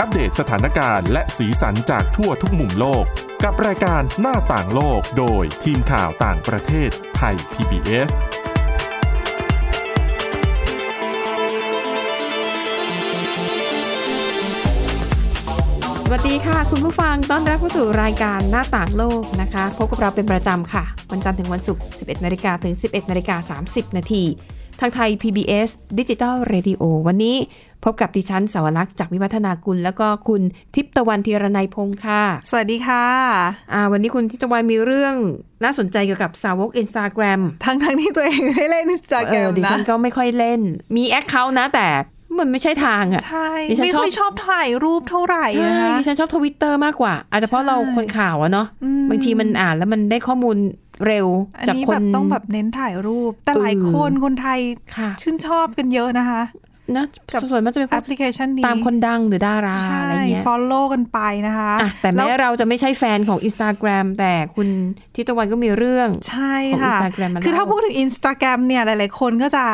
อัปเดตสถานการณ์และสีสันจากทั่วทุกมุมโลก กับรายการหน้าต่างโลกโดยทีมข่าวต่างประเทศไทย PBS สวัสดีค่ะ คุณผู้ฟังต้อนรับเข้าสู่รายการหน้าต่างโลกนะคะ พบกับเราเป็นประจำค่ะ วันจันทร์ถึงวันศุกร์ 11 นาฬิกาถึง 11 นาฬิกา 30 นาทีทางไทย PBS Digital Radio วันนี้พบกับดิฉันสาวรักษณ์จากวิวัฒนากุล แล้วก็คุณทิพย์ตะวันธีรนัยพงค์ค่ะ สวัสดีค่ะ อ่าวันนี้คุณทิพย์ตะวันมีเรื่องน่าสนใจเกี่ยวกับสาวก Instagram ทั้งทั้งๆที่ตัวเองไม่ได้เล่น i n s ส a g เอ แก m อดิ นะ ฉันก็ไม่ค่อยเล่น มีแอคเคาท์นะแต่มันไม่ใช่ทางอะ ใช่ ดิฉัน ไม่ ชอบ ค่อยชอบถ่ายรูปเท่าไหร่ ใช่ นะ ดิฉันชอบทวิตเตอร์มากกว่า อาจจะเพราะเราคนข่าวอะเนาะ อืม บางทีมันอ่านแล้วมันได้ข้อมูลเร็ว อัน จาก นี้ ค แบ น บต้องแบบเน้นถ่ายรูป แต่ เออ หลายคนคนไทย ค่ะ ชื่นชอบกันเยอะนะคะ นะ กับ ส่วนมากจะเป็นพ แอ ว ป ก พลิเคชันนี้ ตามคนดังหรือดารา ใช่ อะไรเงี้ย follow กันไปนะคะ อ่ะแต่ ล้ว แม้เราจะไม่ใช่แฟนของ Instagram แต่คุณทิพย์ตะวันก็มีเรื่อง ใช่ ของ ค่ะ Instagram มา คือถ้า เล่า พูดถึง Instagram เนี่ยหลาย ๆ คนก็จะ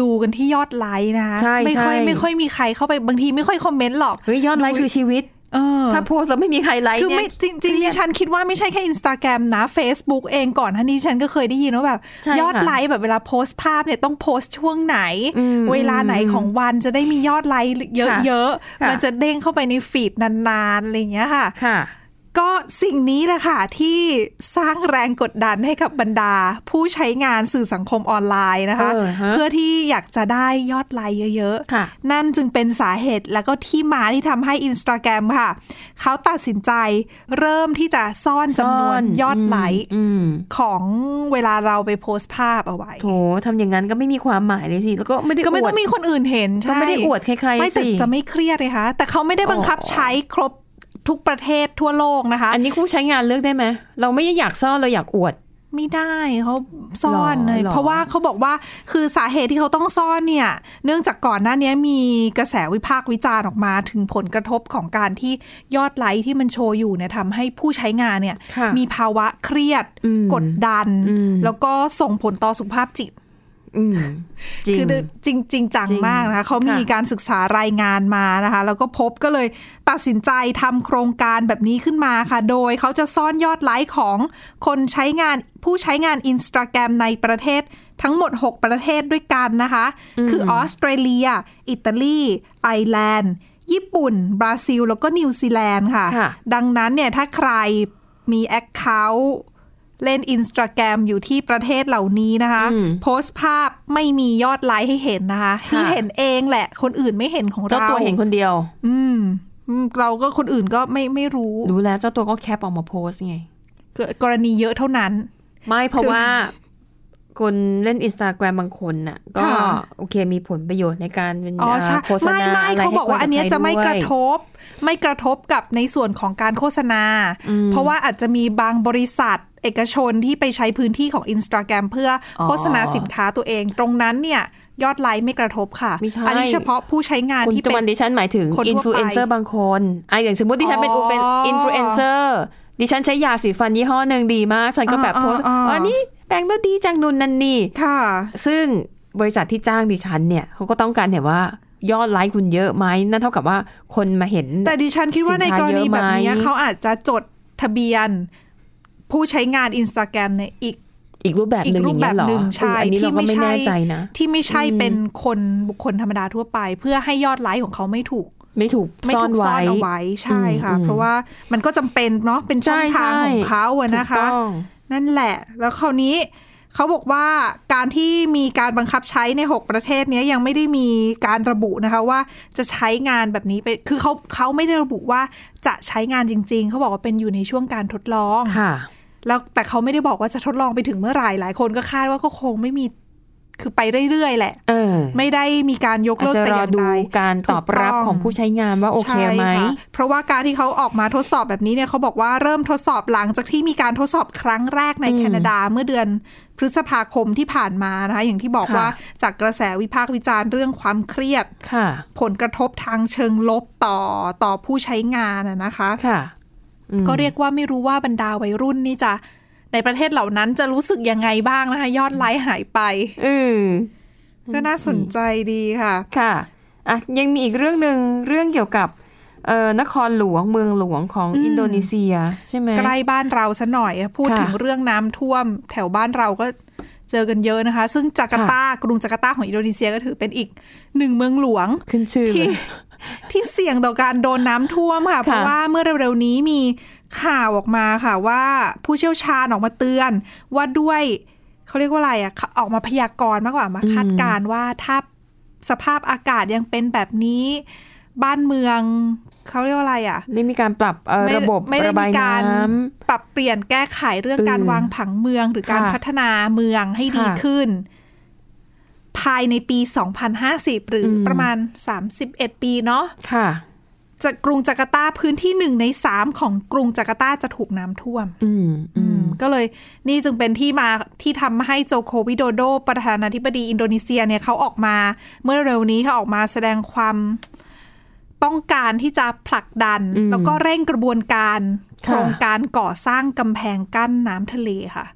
ดูกันที่ยอดไลค์นะคะ ใช่ ไม่ค่อย ใช่ ไม่ค่อยมีใครเข้าไปบางทีไม่ค่อยคอมเมนต์หรอก เฮ้ยยอดไลค์คือชีวิต เออ ถ้าโพสต์แล้วไม่มีใครไลค์ คือ เนี่ ไม่ ย จริง เครี ๆ ย ดิ ด ฉันคิดว่าไม่ใช่แค่ Instagram นะ Facebook เองก่อนท่านี้ฉันก็เคยได้ยินว่าแบบ ใช่ ยอด ค่ะ ไลค์แบบเวลาโพสต์ภาพเนี่ยต้องโพสต์ช่วงไหน อืม เวลาไหนของวันจะได้มียอดไลค์เยอะ ค่ะ ๆ มันจะเด้งเข้าไปในฟีดนานๆอะไรอย่างเงี้ยค่ะ ค่ะ ก็สิ่งนี้แหละค่ะ ที่สร้างแรงกดดันให้กับบรรดา ผู้ใช้งานสื่อสังคมออนไลน์นะคะ เออฮะ เพื่อที่อยากจะได้ยอดไลค์เยอะๆ ค่ะ นั่นจึงเป็นสาเหตุแล้วก็ที่มาที่ทำให้ Instagram ค่ะ เขาตัดสินใจเริ่มที่จะซ่อนจำนวนยอดไลค์ อืม ของเวลาเราไปโพสต์ภาพเอาไว้ โถทำอย่างนั้นก็ไม่มีความหมายเลยสิ แล้วก็ไม่ได้ ก็ไม่ต้อง วด มีคนอื่นเห็นใช่ ก็ไม่ได้อวดใครๆ ไม่แต่ สิ จะไม่เครียดเลยคะแต่เขาไม่ได้บังคับ อ๋อ ใช้ครบทุกประเทศทั่วโลกนะคะ อันนี้คู่ใช้งานเลือกได้ไหม เราไม่อยากซ่อนเราอยากอวด ไม่ได้เขาซ่อนเลย หรอ เพราะว่าเขาบอกว่าคือสาเหตุที่เขาต้องซ่อนเนี่ย เนื่องจากก่อนหน้านี้มีกระแสวิพากษ์วิจารณ์ออกมาถึงผลกระทบของการที่ยอดไลค์ที่มันโชว์อยู่เนี่ยทำให้ผู้ใช้งานเนี่ย ค่ะ มีภาวะเครียด อืม กดดัน อืม แล้วก็ส่งผลต่อสุขภาพจิต อืมจริง คือจริงจริงจัง จริง มากนะคะเขามี ค่ะ การศึกษารายงานมานะคะ แล้วก็พบก็เลยตัดสินใจทำโครงการแบบนี้ขึ้นมาค่ะ โดยเขาจะซ่อนยอดไลค์ของคนใช้งานผู้ใช้งาน Instagram ในประเทศทั้งหมด 6 ประเทศด้วยกันนะคะ คือออสเตรเลีย อิตาลี ไอร์แลนด์ ญี่ปุ่น บราซิล แล้วก็นิวซีแลนด์ค่ะ ค่ะ ดังนั้นเนี่ยถ้าใครมี Account เล่น Instagram อยู่ที่ประเทศเหล่านี้นะคะ อืม โพสต์ภาพไม่มียอดไลค์ให้เห็นนะคะ ค่ะ ที่เห็นเองแหละ คนอื่นไม่เห็นของเรา เจ้าตัวเห็นคนเดียว อืมอืม เราก็คนอื่นก็ไม่ไม่รู้ รู้แล้วเจ้าตัวก็แคปออกมาโพสต์ไง เกิดกรณีเยอะเท่านั้น ไม่เพราะ คือ ว่า คนเล่นอินสตาแกรมบางคนน่ะ ก็ ค่ะ โอเคมีผลประโยชน์ในการเป็น อ๋อใช่ าโฆษ ไม่ ณา ไม่ อะไร เขาบอกว่าอันเนี้ยจะไม่กระท บบ ไม่กระทบกับในส่วนของการโฆษณา เพราะว่าอาจจะมีบางบริษัทเอกชนที่ไปใช้พื้นที่ของ Instagram เพื่ออโฆษณาสินค้าตัวเอง ตรงนั้นเนี่ยยอดไลค์ไม่กระทบค่ะ ไม่ใช่ อันนี้เฉพาะผู้ใช้งาน คุณ ที่ ตะ เป็ วัน น ดิฉันหมายถึง คนทั่อิวไปนฟลูเอนเซอร์บางคนอ่ะอย่างสมมติดิฉันเป็น อ๋อ อินฟลูเอนเซอร์ดิฉันใช้ยาสีฟันยี่ห้อหนึ่งดีมาก ฉันก็แบบ อ่า โพสต์ อ่าอ่า อันนี้แปลงตัวดีจังนุนนันนี่ ค่ะ ซึ่งบริษัทที่จ้างดิฉันเนี่ยเขาก็ต้องการเห็นว่ายอดไลค์คุณเยอะไหมนั่นเท่ากับว่าคนมาเห็น แต่ดิฉันคิดว่าในกรณีแบบเนี้ย สินค้าเยอะไหม เขาอาจจะจดทะเบียน ผู้ใช้งาน Instagram เนี่ยอีก อีกรูปแบบหนึ่ง อีกรู อย่างเงี้ยปแบบ เหรอ หนึ่งใช่ เอออันนี้ ที่ เราก็ ไม่ ไม่ ใช่ แน่ใจนะ ที่ไม่ใช่เป็นคนบุคคลธรรมดาทั่วไป เพื่อให้ยอดไลค์ของเขาไม่ถูก ไม่ถูก ไม่ ซ่อ ถู น กซ่อ ไว้ นเอาไว้ใช่ค่ะ อืม เพราะว่ามันก็จำเป็นเนาะเป็นช่อง ใช่ ทาใช่งของเขาอะ ถู นะ ก คะ ต้อง นั่นแหละ แล้วคราวนี้เขาบอกว่าการที่มีการบังคับใช้ใน 6 ประเทศเนี้ยยังไม่ได้มีการระบุนะคะว่าจะใช้งานแบบนี้ไป คือเขาเขาไม่ได้ระบุว่าจะใช้งานจริง ๆ เขาบอกว่าเป็นอยู่ในช่วงการทดลอง ค่ะ แล้วแต่เขาไม่ได้บอกว่าจะทดลองไปถึงเมื่อไหร่หลายคนก็คาดว่าก็คงไม่มีคือไปเรื่อยๆแหละ เออ ไม่ได้มีการยก อาจ เลิก จะ แต่ ร อ อย่าง ดู ใด การตอบรับ ถูกต้อง ของผู้ใช้งานว่าโอเคไหม ใช่ค่ะเพราะว่าการที่เขาออกมาทดสอบแบบนี้เนี่ยเขาบอกว่าเริ่มทดสอบหลังจากที่มีการทดสอบครั้งแรกใน อืม แคนาดาเมื่อเดือนพฤษภาคมที่ผ่านมานะคะอย่างที่บอก ค่ะ ว่าจากกระแสวิพากษ์วิจารณ์เรื่องความเครียด ค่ะ ผลกระทบทางเชิงลบต่อต่อผู้ใช้งานน่ะนะคะ ค่ะอืม ก็เรียกว่าไม่รู้ว่าบรรดาวัยรุ่นนี่จะในประเทศเหล่านั้นจะรู้สึกยังไงบ้างนะคะ ยอดไลค์หายไป เออ ก็น่าสนใจดีค่ะ ค่ะอ่ะ ยังมีอีกเรื่องหนึ่งเรื่องเกี่ยวกับ เอ่อนครหลวงเมืองหลวงของ อืม อินโดนีเซีย ใช่ไหม ใกล้บ้านเราซะหน่อย พูด ค่ะ ถึงเรื่องน้ำท่วม แถวบ้านเราก็เจอกันเยอะนะคะ ซึ่งจาการ์ตากรุงจาการ์ตาของอินโดนีเซียก็ถือเป็นอีกหนึ่งเมืองหลว ง ขึ้นชื่อเล ที่ ย ที่เสี่ยงต่อการโดนน้ำท่วมค่ะ เพราะว่าเมื่อเร็วๆนี้มีข่าวออกมาค่ะว่าผู้เชี่ยวชาญออกมาเตือน ว่าด้วยเขาเรียกว่าอะไรอ่ะเขาออกมาพยากรณ์มากกว่ามาคาดการณ์ว่าถ้าสภาพอากาศยังเป็นแบบนี้ บ้านเมืองเขาเรียกว่าอะไรอ่ะ นี่มีการปรับเอ่อ ไม่ ระบบ ไม่ได้ ระบาย มีการ น้ ปรับเปลี่ยนแก้ไขเรื่อง อืม การวางผังเมืองหรือการ ค่ะ พัฒนาเมืองให้ดี ค่ะ ขึ้น ภายในปี 2050 หรืออ ม ประมาณ 31 ปีเนาะ ำค่ะ จากกรุงจาการ์ตาพื้นที่หนึ่งในสามของกรุงจาการ์ตาจะถูกน้ำท่วม อืมอืม ก็เลยนี่จึงเป็นที่มาที่ทำให้โจโควิโดโด ประธานาธิบดีอินโดนีเซียเนี่ยเขาออกมา เมื่อเร็วนี้เขาออกมาแสดงความต้องการที่จะผลักดัน อืม แล้วก็เร่งกระบวนการ ค่ะ โครงการก่อสร้างกำแพงกั้นน้ำทะเลค่ะ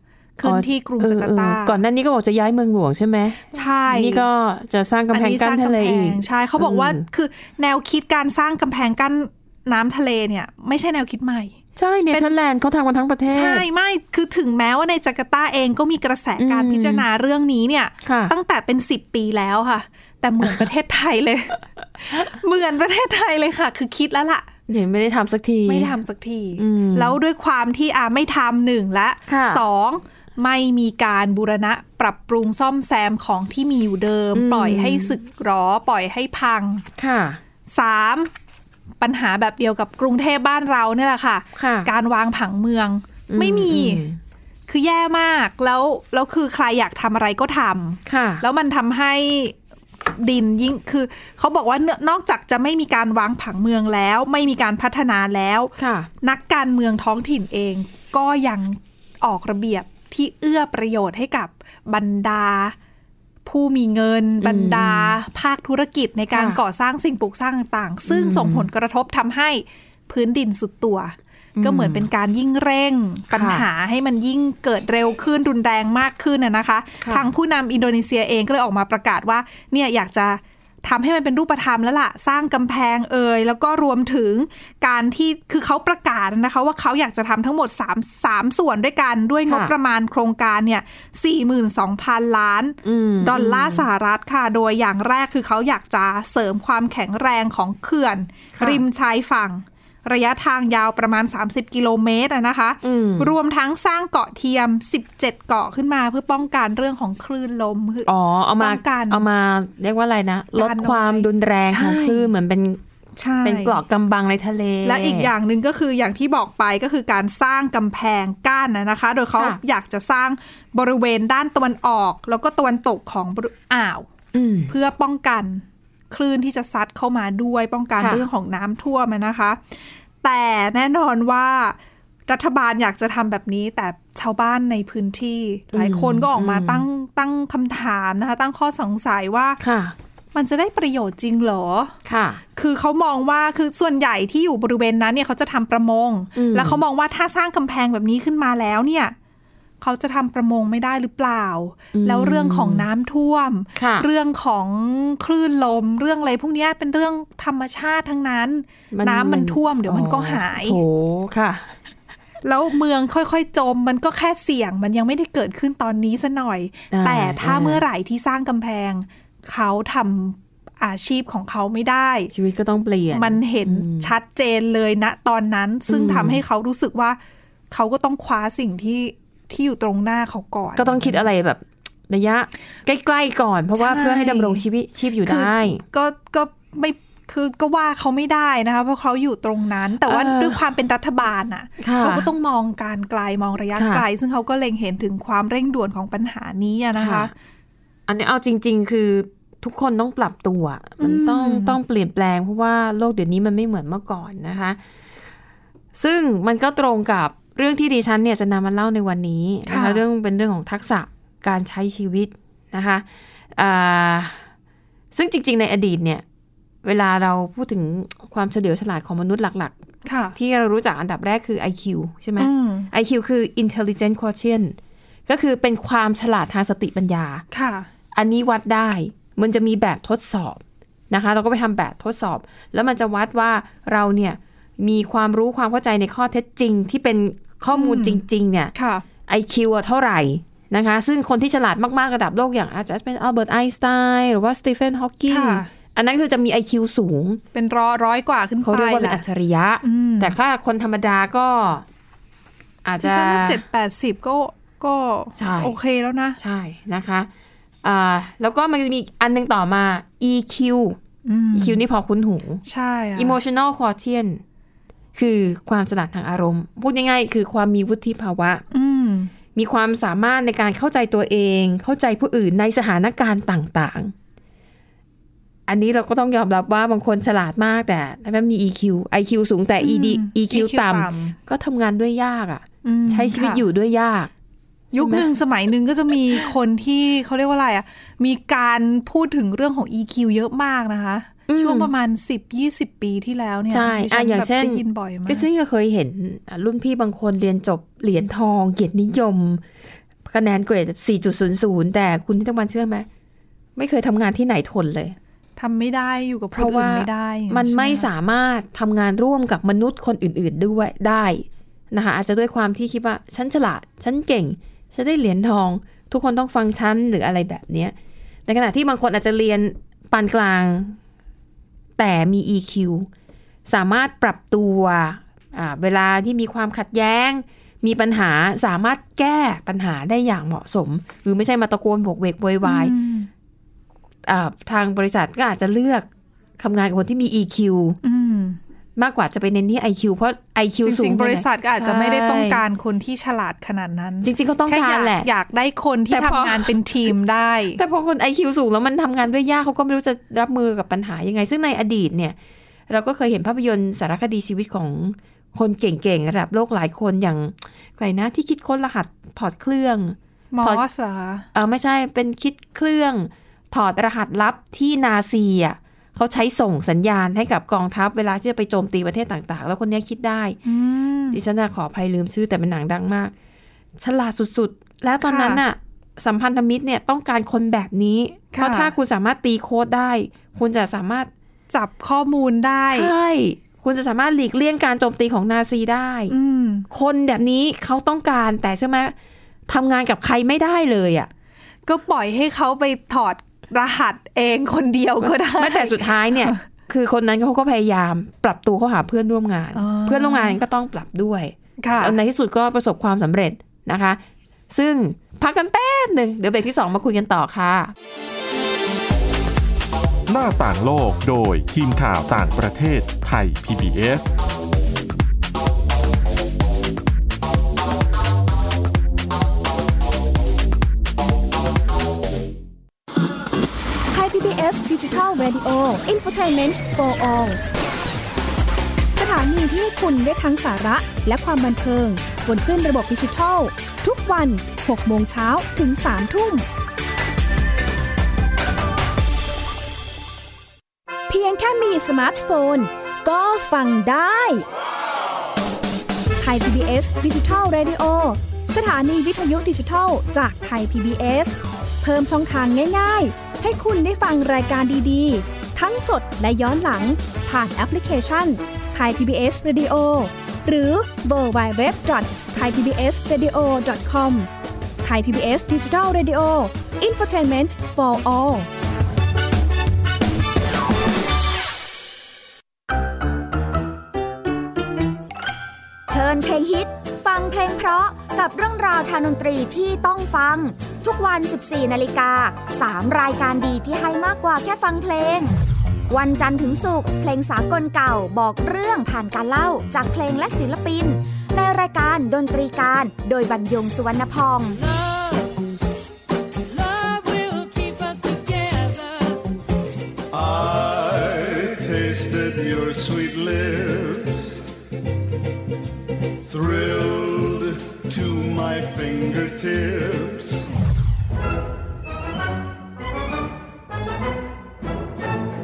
ขึ้นที่กรุงจาการ์ตา เออเออก่อนหน้านี้ก็บอกจะย้ายเมืองหลวงใช่ไหม ใช่ นี่ก็จะสร้างกำแพงกั้นทะเลอีก นนี้สร้างกำแพงใช่เขาบอกว่า อืม คือแนวคิดการสร้างกำแพงกั้นน้ำทะเลเนี่ย ไม่ใช่แนวคิดใหม่ ใช่เนเธอร์แลนด์เขาทำกันทั้งประเทศ ใช่ไม่คือถึงแม้ว่าในจาการ์ตาเองก็มีกระแสการ อืม พิจารณาเรื่องนี้เนี่ย ค่ะ ตั้งแต่เป็นสิบปีแล้วค่ะ แต่เหมือนประเทศไทยเลย เหมือนประเทศไทยเลยค่ะ คือคิดแล้วล่ะ เดี๋ยวไม่ได้ทำสักที ไม่ทำสักที อืม แล้วด้วยความที่อาไม่ทำหนึ่งละ ค่ะ สองไม่มีการบูรณะปรับปรุงซ่อมแซมของที่มีอยู่เดิม อืม ปล่อยให้สึกหรอปล่อยให้พัง ค่ะ สามปัญหาแบบเดียวกับกรุงเทพบ้านเราเนี่ยแหละค่ะ ค่ะ การวางผังเมือง อืม ไม่มี อืม คือแย่มากแล้วแล้วคือใครอยากทำอะไรก็ทำ ค่ะ แล้วมันทำให้ดินยิ่งคือเขาบอกว่าเนนอกจากจะไม่มีการวางผังเมืองแล้ว ไม่มีการพัฒนาแล้ว ค่ะ นักการเมืองท้องถิ่นเอง ก็ยังออกระเบียบที่เอื้อประโยชน์ให้กับบรรดา ผู้มีเงิน บรรดา ภาคธุรกิจในการ ค่ะ ก่อสร้างสิ่งปลูกสร้างต่างๆ ซึ่งส่งผลกระทบทำให้พื้นดินสุดตัว ก็เหมือนเป็นการยิ่งเร่ง ปัญหาให้มันยิ่งเกิดเร็วขึ้นรุนแรงมากขึ้นนะนะคะ ค่ะ ทางผู้นำอินโดนีเซียเองก็เลยออกมาประกาศว่าเนี่ยอยากจะ ทำให้มันเป็นรูปธรรมแล้วล่ะ สร้างกำแพงเอ่ยแล้วก็รวมถึงการที่คือเขาประกาศนะคะ ว่าเขาอยากจะทำทั้งหมด3มส่วนด้วยกันด้วยงบ ค่ะ ประมาณโครงการเนี่ย42,000 ล้าน อืม ดอลลาร์สหรัฐค่ะ โดยอย่างแรกคือเขาอยากจะเสริมความแข็งแรงของเขื่อน ค่ะ ริมชายฝั่ง ระยะทางยาวประมาณ 30 กิโลเมตรอะนะคะ อืม รวมทั้งสร้างเกาะเทียม 17 เกาะขึ้นมาเพื่อป้องกันเรื่องของคลื่นลมคืออ อ๋อ เอามา ป้องกัน เอามาเรียกว่าอะไรนะ ลด กันเอาไว้ ความดุนแรงของ ใช่ คลื่นเหมือนเป็น ใช่ เป็นเกราะกำบังในทะเล และอีกอย่างหนึ่งก็คืออย่างที่บอกไปก็คือการสร้างกำแพงกั้นนะนะคะ โดยเขา ค่ะ อยากจะสร้างบริเวณด้านตะวันออก แล้วก็ตะวันตกของบริอ่าว อืม เพื่อป้องกันคลื่นที่จะซัดเข้ามาด้วยป้องกัน ค่ะ เรื่องของน้ำท่วมอะนะคะ แต่แน่นอนว่ารัฐบาลอยากจะทำแบบนี้ แต่ชาวบ้านในพื้นที่ หลายคนก็ออกมาตั้งตั้งคำถามนะคะ ตั้งข้อสงสัยว่า ค่ะ มันจะได้ประโยชน์จริงเหรอ ค่ะ คือเขามองว่าคือส่วนใหญ่ที่อยู่บริเวณนั้นเนี่ยเขาจะทำประมง อืม แล้วเขามองว่าถ้าสร้างกำแพงแบบนี้ขึ้นมาแล้วเนี่ยเขาจะทำประมงไม่ได้หรือเปล่า แล้วเรื่องของน้ำท่วม ค่ะ เรื่องของคลื่นลม เรื่องอะไรพวกเนี้ยเป็นเรื่องธรรมชาติทั้งนั้น มัน น้ำ มั มัน นท่วมเดี๋ยวมันก็หาย โถค่ะ แล้วเมืองค่อยๆจม มันก็แค่เสี่ยง มันยังไม่ได้เกิดขึ้นตอนนี้ซะหน่อย อ่า แต่ถ้า อ่า เมื่อไหร่ที่สร้างกำแพง เขาทำอาชีพของเขาไม่ได้ ชีวิตก็ต้องเปลี่ยน มันเห็นชัดเจนเลยณตอนนั้น ซึ่ง อืม ทำให้เขารู้สึกว่า เขาก็ต้องคว้าสิ่งที่ที่อยู่ตรงหน้าเขาก่อน ก็ต้องคิดอะไรแบบ ระยะ ใกล้ๆก่อน เพราะว่า ใช่ เพื่อให้ดำรงชีวิตชีพอยู่ได้ ก็ก็ไม่คือก็ว่าเขาไม่ได้นะคะเพราะเขาอยู่ตรงนั้น แต่ว่า เออ ด้วยความเป็นรัฐบาลอ่ะ ค่ะ เขาก็ต้องมองการไกลมองระยะ ค่ะ ไกล ซึ่งเขาก็เล็งเห็นถึงความเร่งด่วนของปัญหานี้อะนะคะ อันนี้เอาจริง ๆ คือทุกคนต้องปรับตัว มันต้อง อืม ต้องเปลี่ยนแปลงเพราะว่าโลกเดี๋ยวนี้มันไม่เหมือนเมื่อก่อนนะคะ ซึ่งมันก็ตรงกับเรื่องที่ดิฉันเนี่ยจะนำมาเล่าในวันนี้นะ ค่ะ คะเรื่องเป็นเรื่องของทักษะการใช้ชีวิตนะคะอ่าซึ่งจริง ๆ ในอดีตเนี่ย เวลาเราพูดถึงความเฉลียวฉลาดของมนุษย์หลัก ค่ะ ๆ ที่เรารู้จักอันดับแรกคือ IQ ใช่ไหม อืม IQ คือ intelligent quotient ก็คือเป็นความฉลาดทางสติปัญญา ค่ะ อันนี้วัดได้ มันจะมีแบบทดสอบ นะคะ เราก็ไปทำแบบทดสอบ แล้วมันจะวัดว่าเราเนี่ยมีความรู้ความเข้าใจในข้อเท็จจริง ที่เป็นข้อมูลจริง ๆ เนี่ย ค่ะ IQ อะเท่าไหร่นะคะ ซึ่งคนที่ฉลาดมาก ๆ ระดับโลกอย่างอาจจะเป็นอัลเบิร์ตไอน์สไตน์หรือว่าสตีเฟนฮอว์กิง ค่ะ อันนั้นคือจะมี IQ สูง เป็นร้อยร้อยกว่าขึ้น เขา ไป เรียกว่าเป็น แหละ อัจฉริยะ อืม แต่ถ้าคนธรรมดาก็ อาจ ดิ จะ ฉันว่าเจ็ดแปดสิบก็ก็ ใช่ โอเคแล้วนะ ใช่นะคะอ่าแล้วก็มันจะมีอีกอันหนึ่งต่อมา EQ อืม EQ นี่พอคุ้นหู ใช่อะ emotional quotient คือความฉลาดทางอารมณ์ พูดง่ายๆคือความมีวุฒิภาวะ อืม มีความสามารถในการเข้าใจตัวเอง เข้าใจผู้อื่นในสถานการณ์ต่างๆ อันนี้เราก็ต้องยอมรับว่าบางคนฉลาดมากแต่ถ้ามี EQ IQ สูงแต่ ED อืม EQ ต่ำก็ทำงานด้วยยากอ่ะ อืม ใช้ชีวิต ค่ะ อยู่ด้วยยาก ยุคหนึ่งสมัยหนึ่งก็จะมีคนที่ เขาเรียกว่าอะไรอ่ะ มีการพูดถึงเรื่องของ EQ เยอะมากนะคะ อืม ช่วงประมาณ 10 20 ปีที่แล้วเนี่ย ใช่ ดิฉั อ่ะอย่าง แบบ เช่น ได้ยินบ่อยมาก ก็ซึ่งก็เคยเห็นอ่ะรุ่นพี่บางคนเรียนจบเหรียญทองเกียรตินิยม คะแนนเกรด 4.00 แต่คุณที่ต้องมาเชื่อไหม ไม่เคยทำงานที่ไหนทนเลย ทำไม่ได้อยู่กับ เพ คน ราะ อื่ ว่าน ไม่ได้อย่าง มันไม่ ใช่ห สามารถทำงานร่วมกับมนุษย์คนอื่นๆด้วยได้นะคะอาจจะด้วยความที่คิดว่า ฉันฉลาด ฉันเก่ง ฉันได้เหรียญทอง ทุกคนต้องฟังฉันหรืออะไรแบบเนี้ยในขณะที่บางคนอาจจะเรียนปานกลาง แต่มี EQ สามารถปรับตัวอ่าเวลาที่มีความขัดแย้ง มีปัญหาสามารถแก้ปัญหาได้อย่างเหมาะสม หรือไม่ใช่มาตะโกนโบกเวกโวยวาย อืม อ่าทางบริษัทก็อาจจะเลือกทำงานกับคนที่มี EQ อืม มากกว่าจะไปเน้นที่ IQ เพราะ IQ จ สู ริ ง งๆบริษัทก็อาจจะไม่ได้ต้อง ใ การคนที่ฉลาดขนาดนั้น ช่จริง ๆ ก็ต้อง แค่ การอยาก แหละ อยากได้คนที่ แต่พอ ทำงานเป็นทีมได้ แต่พอคน IQ สูงแล้วมันทำงานด้วยยากเขาก็ไม่รู้จะรับมือกับปัญหายังไง ซึ่งในอดีตเนี่ย เราก็เคยเห็นภาพยนตร์สารคดีชีวิตของคนเก่งๆ ระดับโลกหลายคนอย่างใครนะที่คิดค้นรหัสถอดเครื่อง ม พอ อสเหรอคะ เออไม่ใช่เป็นคิดเครื่องถอดรหัสลับที่นาซีอ่ะเขาใช้ส่งสัญญาณให้กับกองทัพเวลาที่จะไปโจมตีประเทศต่างๆ แล้วคนเนี้ยคิดได้ อืม ดิฉันน่ะขออภัยลืมชื่อแต่เป็นหนังดังมาก ฉลาดสุดๆ แล้วตอนนั้นน่ะ สัมพันธมิตรเนี่ยต้องการคนแบบนี้เพค่ะราะถ้าคุณสามารถตีโค้ดได้ คุณจะสามารถ จับข้อมูลได้ ใช่คุณจะสามารถหลีกเลี่ยงการโจมตีของนาซีได้ อืม คนแบบนี้เขาต้องการแต่ใช่อไหมทำงานกับใครไม่ได้เลยอ่ะ ก็ปล่อยให้เขาไปถอดรหัสเองคนเดียวก็ได้ ไม่แต่สุดท้ายเนี่ย คือคนนั้นเขาก็พยายามปรับตัวเข้าหาเพื่อนร่วมงาน อ๋อ เพื่อนร่วมงานก็ต้องปรับด้วย ค่ะ ในที่สุดก็ประสบความสำเร็จนะคะ ซึ่งพักกันแป๊บหนึ่งเดี๋ยวเบรกที่ 2 มาคุยกันต่อค่ะ หน้าต่างโลกโดยทีมข่าวต่างประเทศไทย PBS ไทย PBS Digital Radio Infotainment for All สถานีที่คุณได้ทั้งสาระและความบันเทิง บนคลื่นระบบดิจิทัล ทุกวัน 6 โมงเช้าถึง 3 ทุ่ม เพียงแค่มีสมาร์ทโฟน ก็ฟังได้ไทย PBS Digital Radio สถานีวิทยุดิจิทัลจากไทย PBS เพิ่มช่องทางง่ายๆ ให้คุณได้ฟังรายการดีๆ ทั้งสดและย้อนหลัง ผ่านแอปพลิเคชันไทย PBS Radio หรือเวอร์ไบเว็บจอดไทยพีบีเอสเรดิโอคอมไทยพีบีเอสดิจิทัลเรดิโออินฟอร์ทนเมนต์ for all เพลินเพลงฮิต ฟังเพลงเพราะกับเรื่องราวทางดนตรีที่ต้องฟัง ทุกวัน 14 นาฬิกา 3 รายการดีที่ให้มากกว่าแค่ฟังเพลง วันจันทร์ถึงศุกร์เพลงสากลเก่าบอกเรื่องผ่านการเล่าจากเพลงและศิลปิน ในรายการดนตรีการโดยบรรยงสุวรรณพองษ์ Love will keep us together. I tasted your sweet lips, thrilled to my fingertips.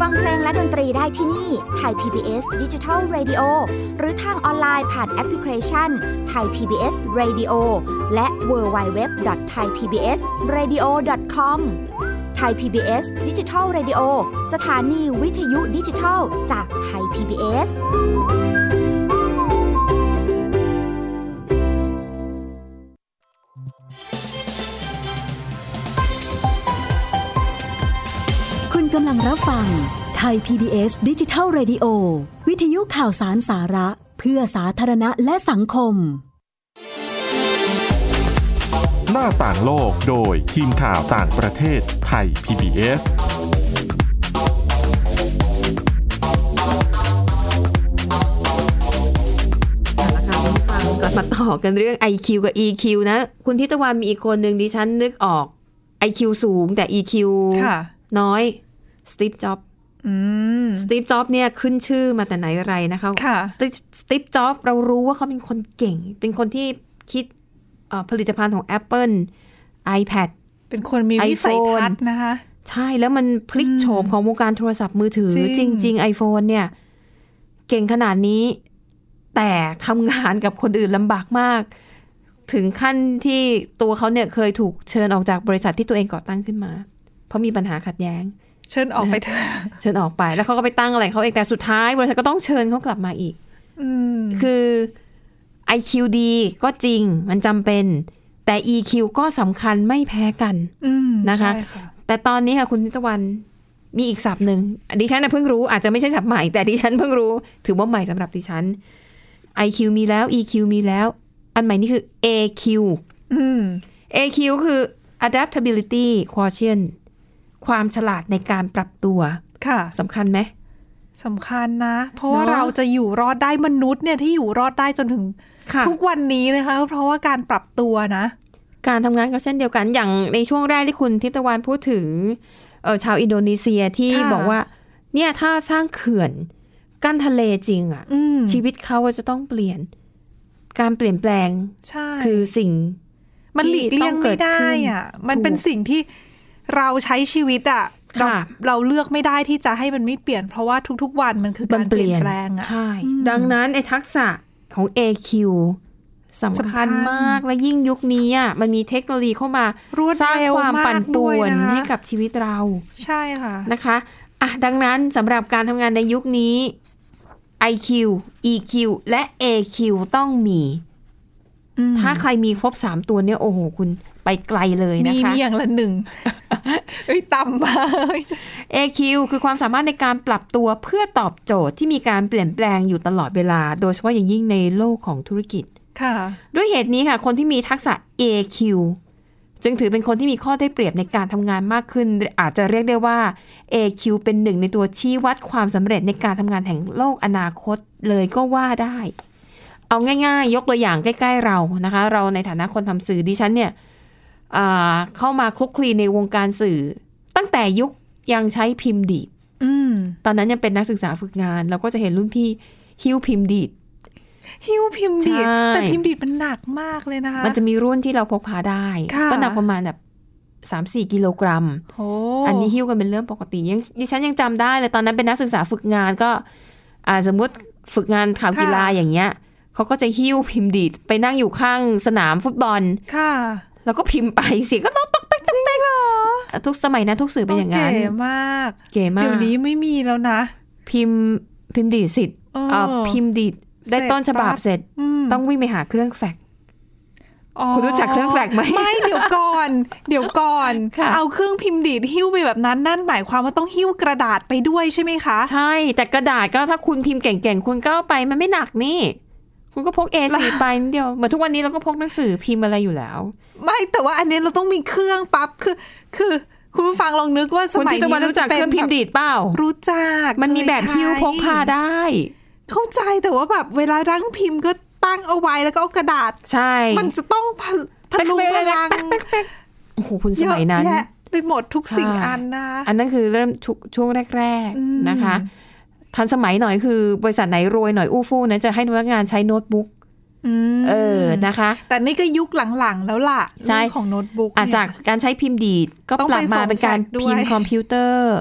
ฟังเพลงและดนตรีได้ที่นี่ไทย PBS Digital Radio หรือทางออนไลน์ผ่านแอปพลิเคชันไทย PBS Radio และ w w w t h a i p b s r a d i o c o m ไทย PBS Digital Radio สถานีวิทยุดิจิทัลจากไทย PBS คุณกำลังรับฟังไทย PBS ดิจิทัล Radio วิทยุข่าวสารสาระ เพื่อสาธารณะและสังคม หน้าต่างโลกโดยทีมข่าวต่างประเทศไทย PBS เอาละค่ะคุณผู้ฟังกลับมาต่อกันเรื่อง IQ กับ EQ นะ คุณทิตวันมีอีกคนหนึ่งดิฉันนึกออก IQ สูงแต่ EQ ค่ะ น้อยสตีฟจ็อบ อืม สตีฟจ็อบเนี่ยขึ้นชื่อมาแต่ไหนไรนะคะ ค่ะ สตีฟจ็อบเรารู้ว่าเขาเป็นคนเก่ง เป็นคนที่คิดเอ่อผลิตภัณฑ์ของ Apple iPad เป็นคนมีวิสัยทัศน์นะคะ ใช่แล้วมันพลิกโฉมของวงการโทรศัพท์มือถือ จ จริ ริง ง จริงไอโฟนเนี่ย เก่งขนาดนี้ แต่ทำงานกับคนอื่นลำบากมาก ถึงขั้นที่ตัวเขาเนี่ยเคยถูกเชิญออกจากบริษัทที่ตัวเองก่อตั้งขึ้นมา เพราะมีปัญหาขัดแย้ง เชิญออกไปเถอะ เชิญออกไป แล้วเขาก็ไปตั้งอะไรเขาเองแต่สุดท้ายบริษัทก็ต้องเชิญเขากลับมาอีก อืม คือ IQ ดีก็จริงมันจำเป็น แต่ EQ ก็สำคัญไม่แพ้กัน อืม นะคะ ใช่ค่ะ แต่ตอนนี้ค่ะคุณนิตวันมีอีกศัพท์หนึ่งดิฉันน่ะเพิ่งรู้อาจจะไม่ใช่ศัพท์ใหม่แต่ดิฉันเพิ่งรู้ ถือว่าใหม่สำหรับดิฉัน IQ มีแล้ว EQ มีแล้ว อันใหม่นี่คือ AQ อืม AQ คือ adaptability quotient ความฉลาดในการปรับตัว ค่ะ สำคัญไหม สำคัญนะ เพราะว่า เนอะ เราจะอยู่รอดได้มนุษย์เนี่ยที่อยู่รอดได้จนถึง ทุ ทุ ก ก วันนี้นะคะก็เพราะว่าการปรับตัวนะ การทำงานก็เช่นเดียวกันอย่างในช่วงแรกที่คุณทิพย์ตะวันพูดถึงเอ่อชาวอินโดนีเซียที่ ค่ะ บอกว่า เนี่ยถ้าสร้างเขื่อนกั้นทะเลจริงอะ อืม ชีวิตเขาอะจะต้องเปลี่ยน การเปลี่ยนแปลง ใช่ คือสิ่ง มันหลีกเลี่ยงไม่ได้อ่ะ มันเป็น ถูก สิ่งที่เราใช้ชีวิตอ่ะเรา ค่ะ เราเลือกไม่ได้ที่จะให้มันไม่เปลี่ยน เพราะว่าทุกๆวันมันคือ มั การเปลี่ยนแปลงอ่ะ ใช่ ดังนั้นไอ้ทักษะของ AQ สำ สำคั คัญ ญ มากและยิ่งยุคนี้อะมันมีเทคโนโลยีเข้ามาร วด สร้าง เร็ว ความ มาก ปั่นป่วน ด้วยนะคะ ให้กับชีวิตเรา ใช่ค่ะ นะคะอ่ะดังนั้นสำหรับการทำงานในยุคนี้ IQ EQ และ AQ ต้องมี อืม ถ้าใครมีครบสามตัวเนี่ยโอ้โหคุณไปไกลเลย มี นะคะ มีอย่างละ หนึ่ง เอ้ยต่ำมาก AQ คือความสามารถในการปรับตัวเพื่อตอบโจทย์ที่มีการเปลี่ยนแปลงอยู่ตลอดเวลา โดยเฉพาะอย่างยิ่งในโลกของธุรกิจ ค่ะ ด้วยเหตุนี้ค่ะ คนที่มีทักษะ AQ จึงถือเป็นคนที่มีข้อได้เปรียบในการทำงานมากขึ้น อาจจะเรียกได้ว่า AQ เป็นหนึ่งในตัวชี้วัดความสำเร็จในการทำงานแห่งโลกอนาคตเลยก็ว่าได้ เอาง่ายๆ ยกตัวอย่างใกล้ ๆ เรานะคะ เราในฐานะคนทำสื่อดิฉันเนี่ยอ่าเข้ามาคลุกคลีในวงการสื่อ ตั้งแต่ยุคยังใช้พิมพ์ดีด อืม ตอนนั้นยังเป็นนักศึกษาฝึกงาน เราก็จะเห็นรุ่นพี่หิ้วพิมพ์ดีด หิวพิมพ์ดีด ใช่ แต่พิมพ์ดีดมันหนักมากเลยนะคะ มันจะมีรุ่นที่เราพกพาได้ ค่ะ ก็หนักประมาณแบบสามสี่กิโลกรัม โอ้ อันนี้หิ้วกันเป็นเรื่องปกติยังดิฉันยังจำได้เลยตอนนั้นเป็นนักศึกษาฝึกงานก็อ่าสมมติฝึกงานข่าวกีฬาอย่างเงี้ยเขาก็จะหิ้วพิมพ์ดีดไปนั่งอยู่ข้างสนามฟุตบอล ค่ะ แล้วก็พิมพ์ไปเสียงก็ต้องตอกแตกตอกแตกทุกสมัยนะทุกสื่อเป็นอย่างนั้น โเก๋มาก เก๋มาก เดี๋ยวนี้ไม่มีแล้วนะ พิมพ์พิมพ์ดีดสิทธิ์ เออ อ่าพิมพ์ดีดได้ เสร็จ ต้นฉบับ ปั๊บ เสร็จ ม ต้องวิ่งไปหาเครื่องแฟกซ์ อ๋อ คุณรู้จักเครื่องแฟกซ์ไหม ไม่เดี๋ยวก่อน เดี๋ยวก่อน ค่ะ เอาเครื่องพิมพ์ดีดหิ้วไปแบบนั้นนั่นหมายความว่าต้องหิ้วกระดาษไปด้วยใช่ไหมคะ ใช่ แต่กระดาษก็ถ้าคุณพิมพ์เก่งๆ คุณก็เอาไปมันไม่หนักนี่ คุณก็พก A4 ไปนิดเดียวเหมือนทุกวันนี้เราก็พกหนังสือพิมพ์อะไรอยู่แล้ว ไม่แต่ว่าอันเนี้ยเราต้องมีเครื่องปั๊บคือคือ คุณผู้ฟังลองนึกว่าส คุณ มัย ทิตวั นี้ นรู้จักเครื่องพิมพ์ดีดเปล่า รู้จัก มันมีแบบ เคยใช้ หิ้วพกพาได้ เข้าใจแต่ว่าแบบเวลารั้งพิมพ์ก็ตั้งเอาไว้แล้วก็เอากระดาษ ใช่ มันจะต้องพ ทะลุพลัง โอ้โหคุณสมัยนั้น เอะแะไปหมดทุกสิ่ง ใช่ อันนะ อันนั้นคือเริ่มชุช่วงแรก ๆนะคะ ทันสมัยหน่อยคือบริษัทไหนรวยหน่อยอู้ฟู่นะจะให้พนักงานใช้โน้ตบุ๊ก ม เออนะคะ แต่นี่ก็ยุคหลังๆแล้วล่ะ ใช่ เรื่องของโน้ตบุ๊ก อาจ เนี่ย จากการใช้พิมพ์ดีดก็ ต้อง ป ไป รับมาเป็นการ ส่งแฟกซ์ด้วย พิมพ์คอมพิวเตอร์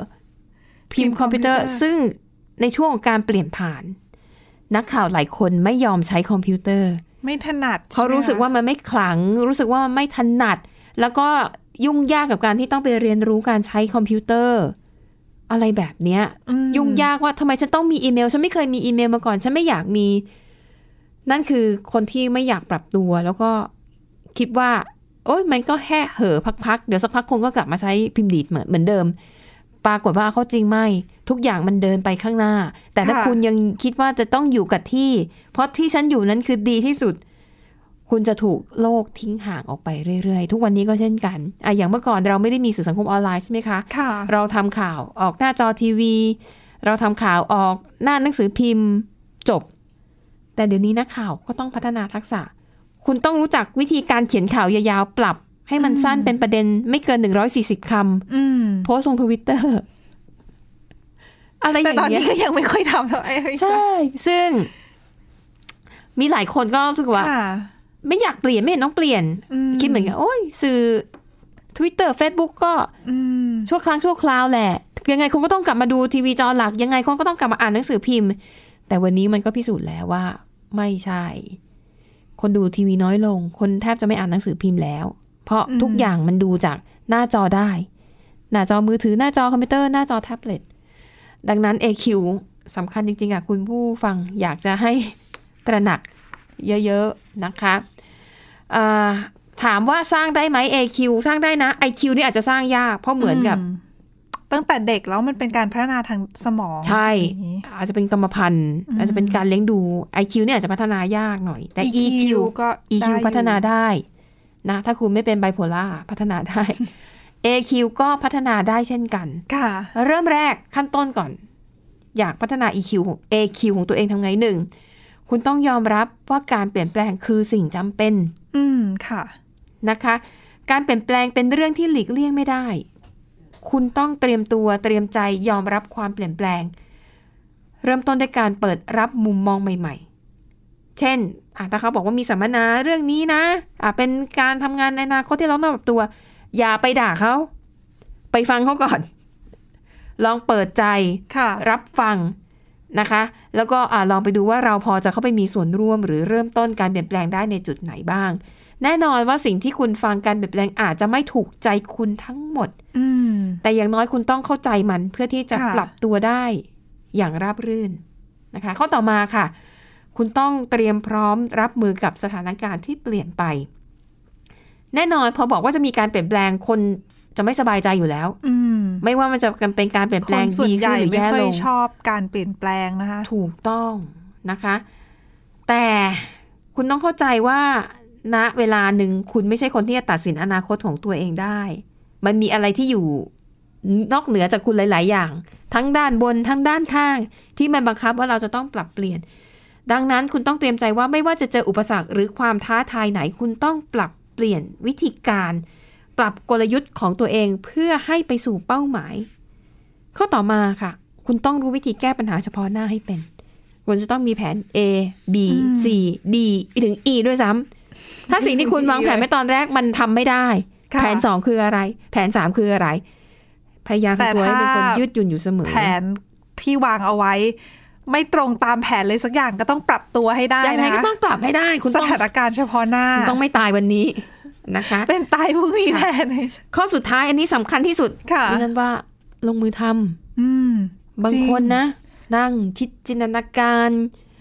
พิมพ์คอมพิวเตอร์ พิมพ์คอมพิวเตอร์ ซึ่งในช่วงของการเปลี่ยนผ่าน นักข่าวหลายคนไม่ยอมใช้คอมพิวเตอร์ ไม่ถนัด เขา ใช่ไหม รู้สึกว่า คะ มันไม่ขลัง รู้สึกว่ามันไม่ถนัด แล้วก็ยุ่งยากกับการที่ต้องไปเรียนรู้การใช้คอมพิวเตอร์ อะไรแบบเนี้ย อืม ยุ่งยากว่าทำไมฉันต้องมีอีเมล ฉันไม่เคยมีอีเมลมาก่อน ฉันไม่อยากมี นั่นคือคนที่ไม่อยากปรับตัว แล้วก็คิดว่า โอ๊ยมันก็แค่เหอะพักๆ เดี๋ยวสักพักคงก็กลับมาใช้พิมพ์ดีดเหมือนเหมือนเดิม ปรากฏว่าเขาจริงไหมทุกอย่างมันเดินไปข้างหน้า แต่ถ้าคุณยังคิดว่าจะต้องอยู่กับที่ เพราะที่ฉันอยู่นั้นคือดีที่สุด คุณจะถูกโลกทิ้งห่างออกไปเรื่อยๆ ทุกวันนี้ก็เช่นกันอ่ะอย่างเมื่อก่อนเราไม่ได้มีสื่อสังคมออนไลน์ใช่ไหมคะ ค่ะ เราทำข่าวออกหน้าจอทีวี เราทำข่าวออกหน้าหนังสือพิมพ์จบ แต่เดี๋ยวนี้นักข่าวก็ต้องพัฒนาทักษะ คุณต้องรู้จักวิธีการเขียนข่าวยาวๆ ปรับ ให้มันสั้นเป็นประเด็นไม่เกิน 140ค อืม ำโพสต์ลงทวิตเตอร์ อะไรอ แต่ ย่าง ตอน เงี้ นี้ ย ก็ยังไม่ค่อยทำเท่าไหร่ ใช่ ซึ่ง มีหลายคนก็รู้สึกว่า ค่ะ ไม่อยากเปลี่ยนไม่เห็นต้องเปลี่ยน อืม คิดเหมือนกันโอ้ยสื่อ Twitter Facebook ก็ อืม ชั่วครั้งชั่วคราวแหละ ยังไงคงก็ต้องกลับมาดูทีวีจอหลัก ยังไงคงก็ต้องกลับมาอ่านหนังสือพิมพ์ แต่วันนี้มันก็พิสูจน์แล้วว่า ไม่ใช่ คนดูทีวีน้อยลง คนแทบจะไม่อ่านหนังสือพิมพ์แล้ว เพราะ อืม ทุกอย่างมันดูจากหน้าจอได้ หน้าจอมือถือหน้าจอคอมพิวเตอร์หน้าจอแท็บเล็ตดังนั้น AQ สำคัญจริงๆอะคุณผู้ฟังอยากจะให้ ตระหนักเยอะๆนะคะอ่าถามว่าสร้างได้ไหม AQ สร้างได้นะ IQ นี่อาจจะสร้างยากเพราะเหมือนกับ มตั้งแต่เด็กแล้วมันเป็นการพัฒนาทางสมอง ใช่ อย่างนี้ อาจจะเป็นกรรมพันธุ์ อืม อาจจะเป็นการเลี้ยงดู IQ เนี่ยอาจจะพัฒนายากหน่อย แต่ EQ ก็ EQ ได้อยู่ พัฒนาได้นะ ถ้าคุณไม่เป็นไบโพล่าพัฒนาได้ AQ ก็พัฒนาได้เช่นกัน ค่ะ เริ่มแรกขั้นต้นก่อน อยากพัฒนา EQ ของ AQ ของตัวเองทำไงหนึ่ง คุณต้องยอมรับว่าการเปลี่ยนแปลงคือสิ่งจำเป็น อืมค่ะ นะคะ การเปลี่ยนแปลงเป็นเรื่องที่หลีกเลี่ยงไม่ได้ คุณต้องเตรียมตัวเตรียมใจยอมรับความเปลี่ยนแปลง เริ่มต้นด้วยการเปิดรับมุมมองใหม่ ๆ เช่นอ่ะถ้าเขาบอกว่ามีสัมมนาเรื่องนี้นะอ่ะเป็นการทำงานในอนาคตที่เราต้องปรับตัว อย่าไปด่าเขา ไปฟังเขาก่อน ลองเปิดใจ ค่ะ รับฟังนะคะ แล้วก็อาลองไปดูว่าเราพอจะเข้าไปมีส่วนร่วม หรือเริ่มต้นการเปลี่ยนแปลงได้ในจุดไหนบ้าง แน่นอนว่าสิ่งที่คุณฟังการเปลี่ยนแปลงอาจจะไม่ถูกใจคุณทั้งหมด อืม แต่อย่างน้อยคุณต้องเข้าใจมันเพื่อที่จะ ค่ะ ปรับตัวได้อย่างราบรื่นนะคะ ข้อต่อมาค่ะ คุณต้องเตรียมพร้อมรับมือกับสถานการณ์ที่เปลี่ยนไป แน่นอนพอบอกว่าจะมีการเปลี่ยนแปลงคนจะไม่สบายใจอยู่แล้ว อืม ไม่ว่ามันจะเป็นการเปลี่ยนแป ค ล น ง ส่วน ดี ให ขึ้นหญ่รือ ไม่ แย่ ค่อ ล ย ง ชอบการเปลี่ยนแปลงนะคะ ถูกต้องนะคะ แต่คุณต้องเข้าใจว่า ณเวลาหนึ่งคุณไม่ใช่คนที่จะตัดสินอนาคตของตัวเองได้ มันมีอะไรที่อยู่นอกเหนือจากคุณหลาย ๆ อย่าง ทั้งด้านบนทั้งด้านข้าง ที่มันบังคับว่าเราจะต้องปรับเปลี่ยน ดังนั้นคุณต้องเตรียมใจว่าไม่ว่าจะเจออุปสรรคหรือความท้าทายไหน คุณต้องปรับเปลี่ยนวิธีการ ปรับกลยุทธ์ของตัวเองเพื่อให้ไปสู่เป้าหมาย ข้อต่อมาค่ะ คุณต้องรู้วิธีแก้ปัญหาเฉพาะหน้าให้เป็น คุณจะต้องมีแผน A B C D ถึง E ด้วยซ้ำถ้าสิ่งที่คุณวางแผนไว้ตอนแรกมันทำไม่ได้ ค่ะ แผนสองคืออะไร แผนสามคืออะไร พยายาม แต่ ทำตัวให้เป็นคน ถ้ายืยืดหยุ่นอยู่เสมอ แผนที่วางเอาไว้ ไม่ตรงตามแผนเลยสักอย่างก็ต้องปรับตัวให้ได้ ยังไง นะ ก็ต้องกลับให้ได้ คุณ ส ต้อง ถานการณ์เฉพาะหน้า คุณต้องไม่ตายวันนี้นะคะ เป็นตายพรุ่งนี้แทน ข้อสุดท้ายอันนี้สำคัญที่สุด ค่ะ ดิฉันว่าลงมือทำ อืม บาง จริ คนนะ นั่งคิดจินตนาการ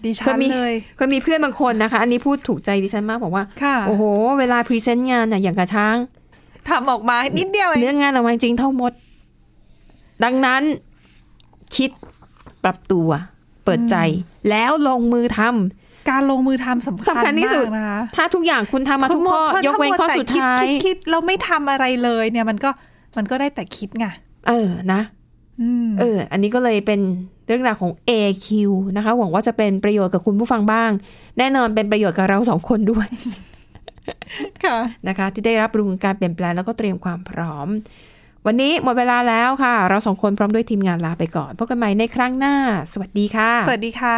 ดิ ก็ ฉัน มี เลย เคยมีเพื่อนบางคนนะคะ อันนี้พูดถูกใจดิฉันมากบอกว่า ค่ะ โอ้โห เวลาพรีเซนต์งานน่ะอย่างกระช้าง ทำออกมานิดเดียวเอง เนื้องานออกมาจริงเท่ามด ดังนั้นคิดปรับตัว เปิดใจ แล้วลงมือทำ การลงมือทำสำคัญ สำคัญที่สุด มากนะคะ ถ้าทุกอย่างคุณทำมาทุกข้อ พราะมั ยกเว้น มั ข้อ แต่ สุดท้าย คิดคิดคิดแล้วไม่ทำอะไรเลยเนี่ยมันก็มันก็ได้แต่คิดไง เออนะ อืม เออ อันนี้ก็เลยเป็นเรื่องราวของ AQ นะคะ หวังว่าจะเป็นประโยชน์กับคุณผู้ฟังบ้าง แน่นอนเป็นประโยชน์กับเราสองคนด้วย ค่ะ นะคะที่ได้รับรู้ถึงการเปลี่ยนแปลงแล้วก็เตรียมความพร้อม วันนี้หมดเวลาแล้วค่ะ เราสองคนพร้อมด้วยทีมงานลาไปก่อนพบกันใหม่ในครั้งหน้า สวัสดีค่ะ สวัสดีค่ะ